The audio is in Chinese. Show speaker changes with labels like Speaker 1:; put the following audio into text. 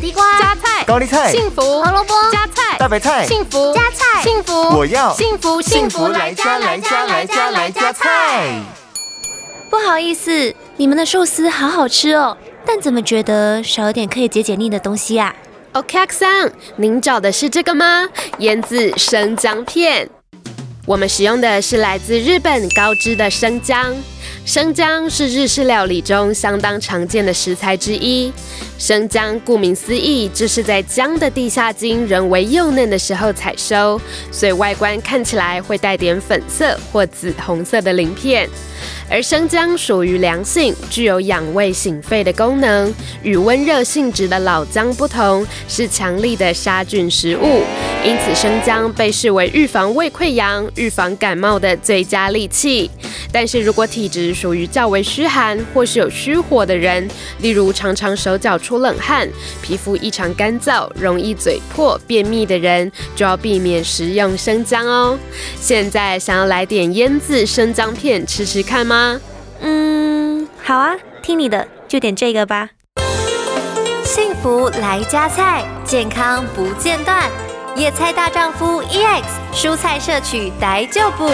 Speaker 1: 地瓜、
Speaker 2: 加菜、
Speaker 3: 高丽菜、
Speaker 2: 幸福、
Speaker 1: 胡萝卜、
Speaker 2: 加菜、
Speaker 3: 大白菜、
Speaker 2: 幸福、
Speaker 1: 加菜
Speaker 2: 幸福，
Speaker 3: 我要
Speaker 2: 幸福
Speaker 3: 幸福来家来家来家来家菜。
Speaker 4: 不好意思，你们的寿司好好吃哦，但怎么觉得少了点可以解解腻的东西啊？
Speaker 2: OK 桑，您找的是这个吗？腌制生姜片。我们使用的是来自日本高知的生姜。生姜是日式料理中相当常见的食材之一。生姜顾名思义，就是在姜的地下茎仍为幼嫩的时候采收，所以外观看起来会带点粉色或紫红色的鳞片。而生姜属于凉性，具有养胃醒肺的功能，与温热性质的老姜不同，是强力的杀菌食物，因此生姜被视为预防胃溃疡、预防感冒的最佳利器。但是如果体质属于较为虚寒或是有虚火的人，例如常常手脚出冷汗、皮肤异常干燥、容易嘴破、便秘的人，就要避免食用生姜哦。现在想要来点腌制生姜片吃吃看吗？
Speaker 4: 嗯，好啊，听你的，就点这个吧。
Speaker 1: 幸福来加菜，健康不间断。野菜大丈夫 EX，蔬菜摄取来就补。